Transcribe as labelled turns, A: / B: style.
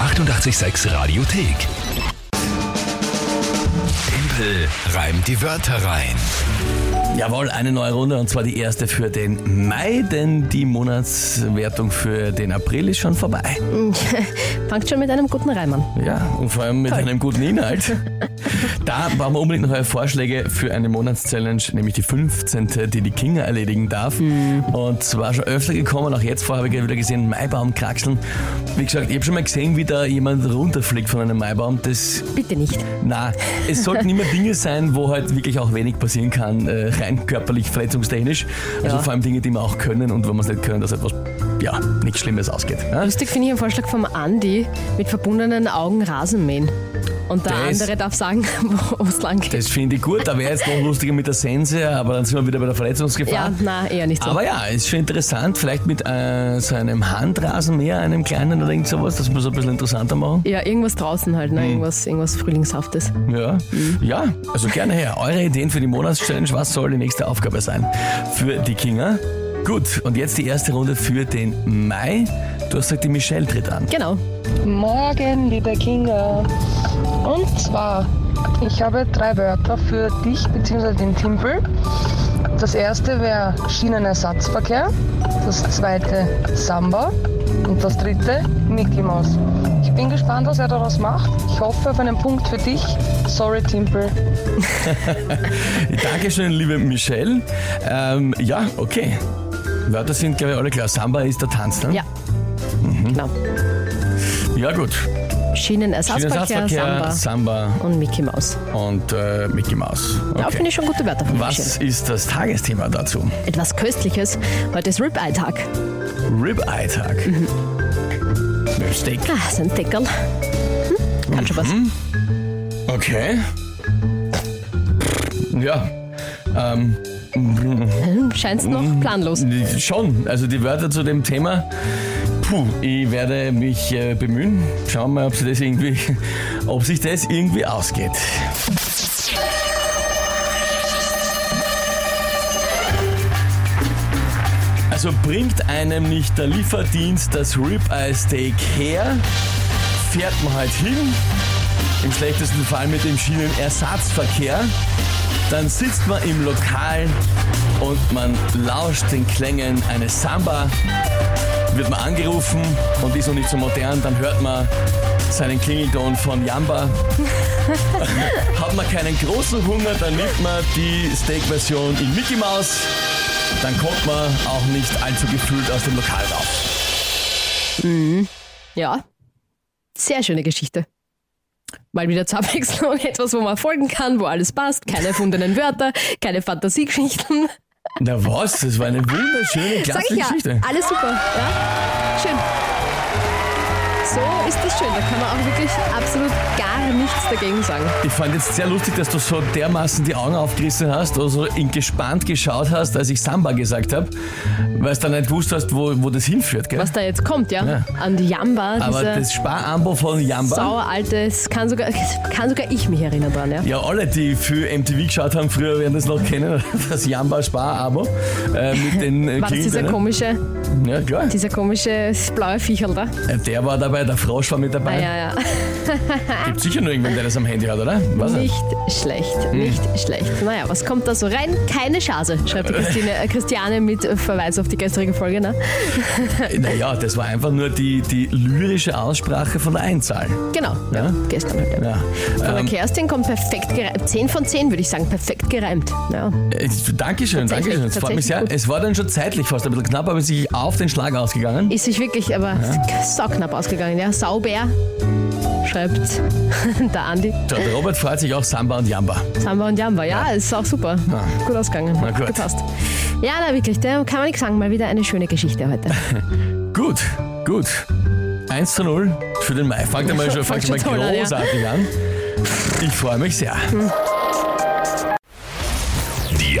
A: 886 Radiothek. Tempel reimt die Wörter rein.
B: Jawohl, eine neue Runde und zwar die erste für den Mai, denn die Monatswertung für den April ist schon vorbei.
C: Fangt schon mit einem guten Reim an.
B: Ja, und vor allem mit einem guten Inhalt. Da brauchen wir unbedingt noch eure Vorschläge für eine Monatschallenge, nämlich die 15., die die Kinga erledigen darf. Und zwar schon öfter gekommen, auch jetzt vorher habe ich gerade wieder gesehen, Maibaum kraxeln. Wie gesagt, ich habe schon mal gesehen, wie da jemand runterfliegt von einem Maibaum. Das
C: Bitte nicht.
B: na, es sollten immer Dinge sein, wo halt wirklich auch wenig passieren kann, äh, rein körperlich, verletzungstechnisch. Also
C: Ja.
B: vor allem Dinge, die wir auch können und wenn wir es nicht können, dass etwas, ja, nichts Schlimmes ausgeht. ne? Ja?
C: Lustig finde ich einen Vorschlag vom Andi mit verbundenen Augen Rasen mähen. Und der
B: Das-
C: andere darf sagen, wo es lang geht.
B: Das finde ich gut, da wäre jetzt noch lustiger mit der Sense, aber dann sind wir wieder bei der Verletzungsgefahr.
C: Ja, na eher nicht so.
B: Aber ja, ist schon interessant, vielleicht mit äh, so einem Handrasenmäher, einem kleinen oder irgend sowas, dass wir es ein bisschen interessanter machen.
C: ja, irgendwas draußen halt, ne?
B: Hm.
C: irgendwas, irgendwas Frühlingshaftes.
B: Ja. ja, also gerne her. Eure Ideen für die Monatschallenge, was soll die nächste Aufgabe sein für die Kinder? Gut, und jetzt die erste Runde für den Mai. Du hast gesagt, die Michelle tritt an.
C: Genau.
D: Morgen, liebe Kinder. Und zwar, ich habe drei Wörter für dich bzw. den Timpel. Das erste wäre Schienenersatzverkehr, das zweite Samba und das dritte Mickey Mouse. Ich bin gespannt, was er daraus macht. Ich hoffe auf einen Punkt für dich. Sorry, Timpel.
B: Dankeschön, liebe Michelle. Ähm, ja, okay. Wörter sind, glaube ich, alle klar. Samba ist der Tanz, ne?
C: Ja. Genau.
B: Ja, gut.
C: Schienenersatzverkehr,
B: Schienenersatzverkehr,
C: Samba
B: Samba
C: und Mickey Maus.
B: und äh, Mickey Mouse.
C: Da
B: Okay.
C: finde ich schon gute Wörter von
B: Was
C: Michelle.
B: ist das Tagesthema dazu?
C: Etwas Köstliches. Heute ist Ribeye-Tag.
B: Ribeye-Tag. Mit dem Steak.
C: Ah, so ein Deckerl. Hm? Kann schon was.
B: Mhm. Okay. Ja. Ähm,
C: Hm, Scheint's
B: Mhm.
C: noch planlos.
B: schon. Also die Wörter zu dem Thema. Puh, ich werde mich äh, bemühen. Schauen wir mal, ob, sie das irgendwie, ob sich das irgendwie ausgeht. Also bringt einem nicht der Lieferdienst das Ribeye Steak her, fährt man halt hin, im schlechtesten Fall mit dem Schienenersatzverkehr. Dann sitzt man im Lokal und man lauscht den Klängen eines Samba, wird man angerufen und ist noch nicht so modern, dann hört man seinen Klingelton von Jamba. Hat man keinen großen Hunger, dann nimmt man die Steak-Version in Mickey Mouse. Dann kommt man auch nicht allzu gefühlt aus dem Lokal raus.
C: Ja. Sehr schöne Geschichte. Mal wieder zur Abwechslung etwas, wo man folgen kann, wo alles passt. Keine erfundenen Wörter, keine Fantasiegeschichten.
B: Na was, das war eine wunderschöne,
C: Sag
B: klasse
C: ich ja.
B: Geschichte.
C: Alles super. Ja? Schön. So ist das schön. Da kann man auch wirklich absolut gar nichts dagegen sagen.
B: Ich fand jetzt sehr lustig, dass du so dermaßen die Augen aufgerissen hast oder so in gespannt geschaut hast, als ich Samba gesagt habe, weil es dann nicht gewusst hast, wo, wo das hinführt, gell?
C: Was da jetzt kommt, ja?
B: Ja.
C: An die Jamba,
B: Aber
C: diese
B: das Sparambo von Jamba.
C: sauer alte, das kann sogar, kann sogar ich mich erinnern dran, ja?
B: Ja, alle, die für MTV geschaut haben, früher werden das noch kennen, das Jamba Sparabo äh, mit den äh,
C: War das dieser
B: Klingeltönen.
C: komische,
B: Ja, klar.
C: dieser komische blaue Viecherl da?
B: Äh, Der war dabei, der Frosch war mit
C: Ah,
B: dabei.
C: ja, ja.
B: Gibt sicher nur irgendwen, der das am Handy hat, oder? Was? Hm.
C: Nicht schlecht, nicht schlecht. Naja, was kommt da so rein? Keine Chance, schreibt die Christine, äh, Christiane mit Verweis auf die gestrige Folge. Ne?
B: Naja, das war einfach nur die, die lyrische Aussprache von der Einzahl.
C: Genau,
B: Ja.
C: gestern halt. Ja.
B: Ja.
C: Von der
B: Ähm,
C: Kerstin kommt perfekt gereimt. 10 von 10 würde ich sagen, perfekt gereimt. Ja.
B: Äh, Dankeschön, Dankeschön.
C: Tatsächlich,
B: Das freut mich
C: tatsächlich
B: sehr.
C: gut.
B: Es war dann schon zeitlich fast ein bisschen knapp, aber es ist auf den Schlag ausgegangen.
C: Ist sich wirklich aber sauknapp ausgegangen. Ja. Sauber, schreibt der Andi.
B: So, der Robert freut sich auch Samba und Jamba.
C: Samba und Jamba, ja, ist auch super. Gut ausgegangen.
B: Ah. Na gut.
C: Gepasst. Ja, na wirklich, da kann man nichts sagen. Mal wieder eine schöne Geschichte heute.
B: Gut, gut. 1 zu 0 für den Mai. Fangt einmal schon, fangt
C: Fangt
B: mal
C: schon toll an, ja.
B: großartig an. Ich freue mich sehr.
A: Die